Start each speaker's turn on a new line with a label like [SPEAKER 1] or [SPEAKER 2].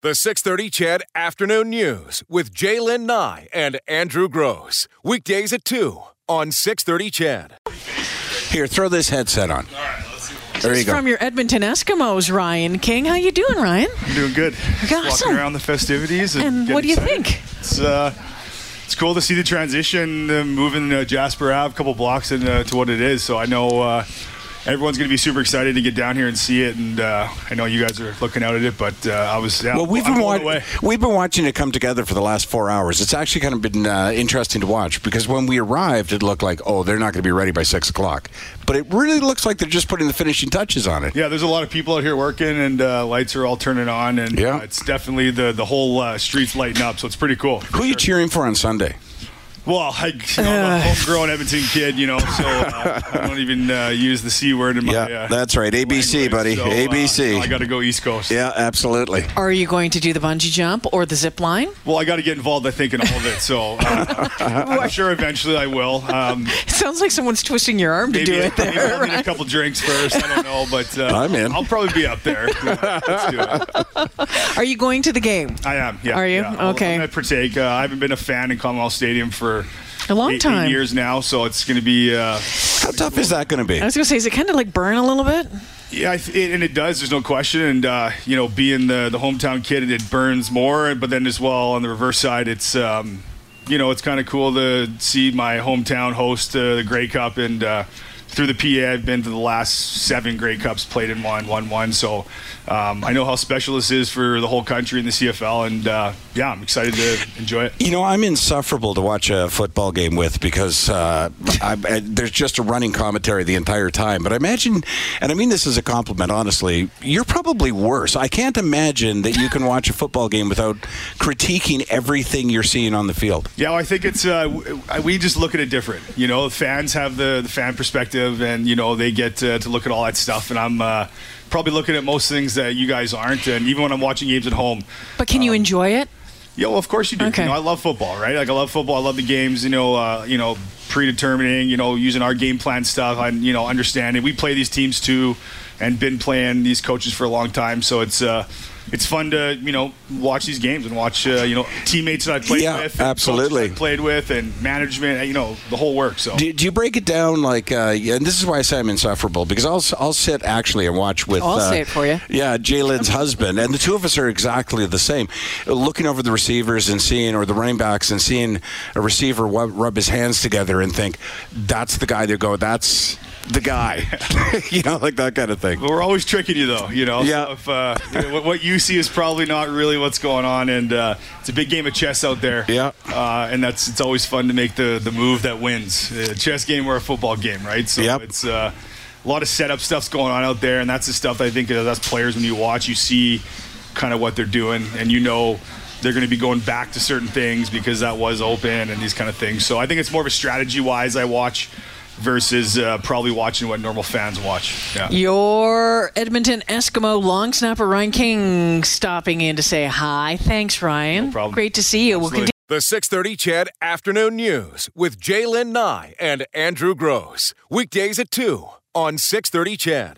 [SPEAKER 1] The 630 Chad Afternoon News with Jaylen Nye and Andrew Gross. Weekdays at 2 on 630 Chad.
[SPEAKER 2] Here, throw this headset on. There you
[SPEAKER 3] It's
[SPEAKER 2] go.
[SPEAKER 3] from your Edmonton Eskimos, Ryan King. How you doing, Ryan?
[SPEAKER 4] I'm doing good. Just
[SPEAKER 3] Awesome.
[SPEAKER 4] Walking around the festivities. And,
[SPEAKER 3] And
[SPEAKER 4] getting
[SPEAKER 3] what do you
[SPEAKER 4] excited.
[SPEAKER 3] think?
[SPEAKER 4] It's, uh, it's cool to see the transition, uh, moving uh, Jasper Ave a couple blocks in, uh, to what it is. So I know uh, everyone's going to be super excited to get down here and see it. And uh, I know you guys are looking out at it, but uh, I was. Yeah,
[SPEAKER 2] Well, we've
[SPEAKER 4] I'm
[SPEAKER 2] been
[SPEAKER 4] blown
[SPEAKER 2] watching.
[SPEAKER 4] away.
[SPEAKER 2] We've been watching it come together for the last four hours. It's actually kind of been uh, interesting to watch because when we arrived, it looked like oh, they're not going to be ready by six o'clock. But it really looks like they're just putting the finishing touches on it.
[SPEAKER 4] Yeah, there's a lot of people out here working, and uh, lights are all turning on, and
[SPEAKER 2] Yeah.
[SPEAKER 4] uh, it's definitely the the whole uh, streets lighting up. So it's pretty cool.
[SPEAKER 2] Who are you cheering for on Sunday?
[SPEAKER 4] Well, I, you know, I'm a homegrown Edmonton kid, you know, so uh, I don't even uh, use the c word in my.
[SPEAKER 2] Yeah,
[SPEAKER 4] uh,
[SPEAKER 2] that's right. ABC, buddy.
[SPEAKER 4] So, uh,
[SPEAKER 2] ABC.
[SPEAKER 4] I got to go East Coast.
[SPEAKER 2] yeah, absolutely.
[SPEAKER 3] Are you going to do the bungee jump or the zip line?
[SPEAKER 4] Well, I got to get involved, I think, in all of it. So uh, I'm sure eventually I will. Um,
[SPEAKER 3] It sounds like someone's twisting your arm to do it
[SPEAKER 4] maybe
[SPEAKER 3] there.
[SPEAKER 4] I'll need a couple drinks first. I don't know, but uh,
[SPEAKER 2] I'm in.
[SPEAKER 4] I'll probably be up there. Yeah, let's do it.
[SPEAKER 3] Are you going to the game?
[SPEAKER 4] I am. Yeah.
[SPEAKER 3] Are you?
[SPEAKER 4] yeah. I'll-
[SPEAKER 3] Okay.
[SPEAKER 4] I'm gonna partake. Uh, I haven't been a fan in Commonwealth Stadium for
[SPEAKER 3] A long
[SPEAKER 4] eight- eight
[SPEAKER 3] time.
[SPEAKER 4] years now, so it's going to be. Uh,
[SPEAKER 2] How tough is that going to be?
[SPEAKER 3] I was going to say, is it kind of like burn a little bit?
[SPEAKER 4] Yeah, I th- it, and it does. There's no question. And uh, you know, being the the hometown kid, it burns more. But then as well on the reverse side, it's um, you know, it's kind of cool to see my hometown host uh, the Grey Cup and. Uh, through the PA, I've been to the last seven Grey Cups, played in one, won one. So um, I know how special this is for the whole country and the CFL. And uh, yeah, I'm excited to enjoy it.
[SPEAKER 2] You know, I'm insufferable to watch a football game with because uh, I, I, there's just a running commentary the entire time. But I imagine, and I mean this as a compliment, honestly, you're probably worse. I can't imagine that you can watch a football game without critiquing everything you're seeing on the field.
[SPEAKER 4] Yeah, well, I think it's uh, w- we just look at it different. You know, fans have the, the fan perspective, and you know they get uh, to look at all that stuff. And I'm uh, probably looking at most things that you guys aren't. And even when I'm watching games at home,
[SPEAKER 3] But can you enjoy it?
[SPEAKER 4] yeah, well, of course you do.
[SPEAKER 3] Okay.
[SPEAKER 4] You know, I love football, right? Like I love football. I love the games. You know, uh, you know, predetermining. You know, using our game plan stuff. And you know, understanding. We play these teams too, and been playing these coaches for a long time. So it's uh, it's fun to you know watch these games and watch uh, you know teammates that I played
[SPEAKER 2] Yeah,
[SPEAKER 4] with, and coaches
[SPEAKER 2] absolutely.
[SPEAKER 4] that I played with, and management. You know, the whole work. So.
[SPEAKER 2] Do, do you break it down like, uh, yeah, and this is why I say I'm insufferable because I'll I'll sit actually and watch with.
[SPEAKER 3] I'll
[SPEAKER 2] uh,
[SPEAKER 3] say it for you.
[SPEAKER 2] Yeah, Jalen's husband, and the two of us are exactly the same. Looking over the receivers and seeing, or the running backs and seeing a receiver w- rub his hands together and think, "That's the guy." They go, "That's the guy," you know, like that kind of thing.
[SPEAKER 4] But we're always tricking you, though. You know,
[SPEAKER 2] Yeah.
[SPEAKER 4] So if, uh, you know, what, what you see is probably not really what's going on, and uh, it's a big game of chess out there.
[SPEAKER 2] Yeah.
[SPEAKER 4] uh, and that's it's always fun to make the the move that wins. A chess game or a football game, right? So
[SPEAKER 2] Yep.
[SPEAKER 4] it's uh, a lot of setup stuff's going on out there, and that's the stuff I think that us players when you watch, you see kind of what they're doing, and you know. They're going to be going back to certain things because that was open and these kind of things. So I think it's more of a strategy wise I watch versus uh, probably watching what normal fans watch. Yeah.
[SPEAKER 3] Your Edmonton Eskimo long snapper Ryan King stopping in to say hi. Thanks, Ryan.
[SPEAKER 4] No problem.
[SPEAKER 3] Great to see you. We'll
[SPEAKER 4] Absolutely.
[SPEAKER 3] continue.
[SPEAKER 1] The 630 Chad Afternoon News with Jaylen Nye and Andrew Gross. Weekdays at 2 on 630 Chad.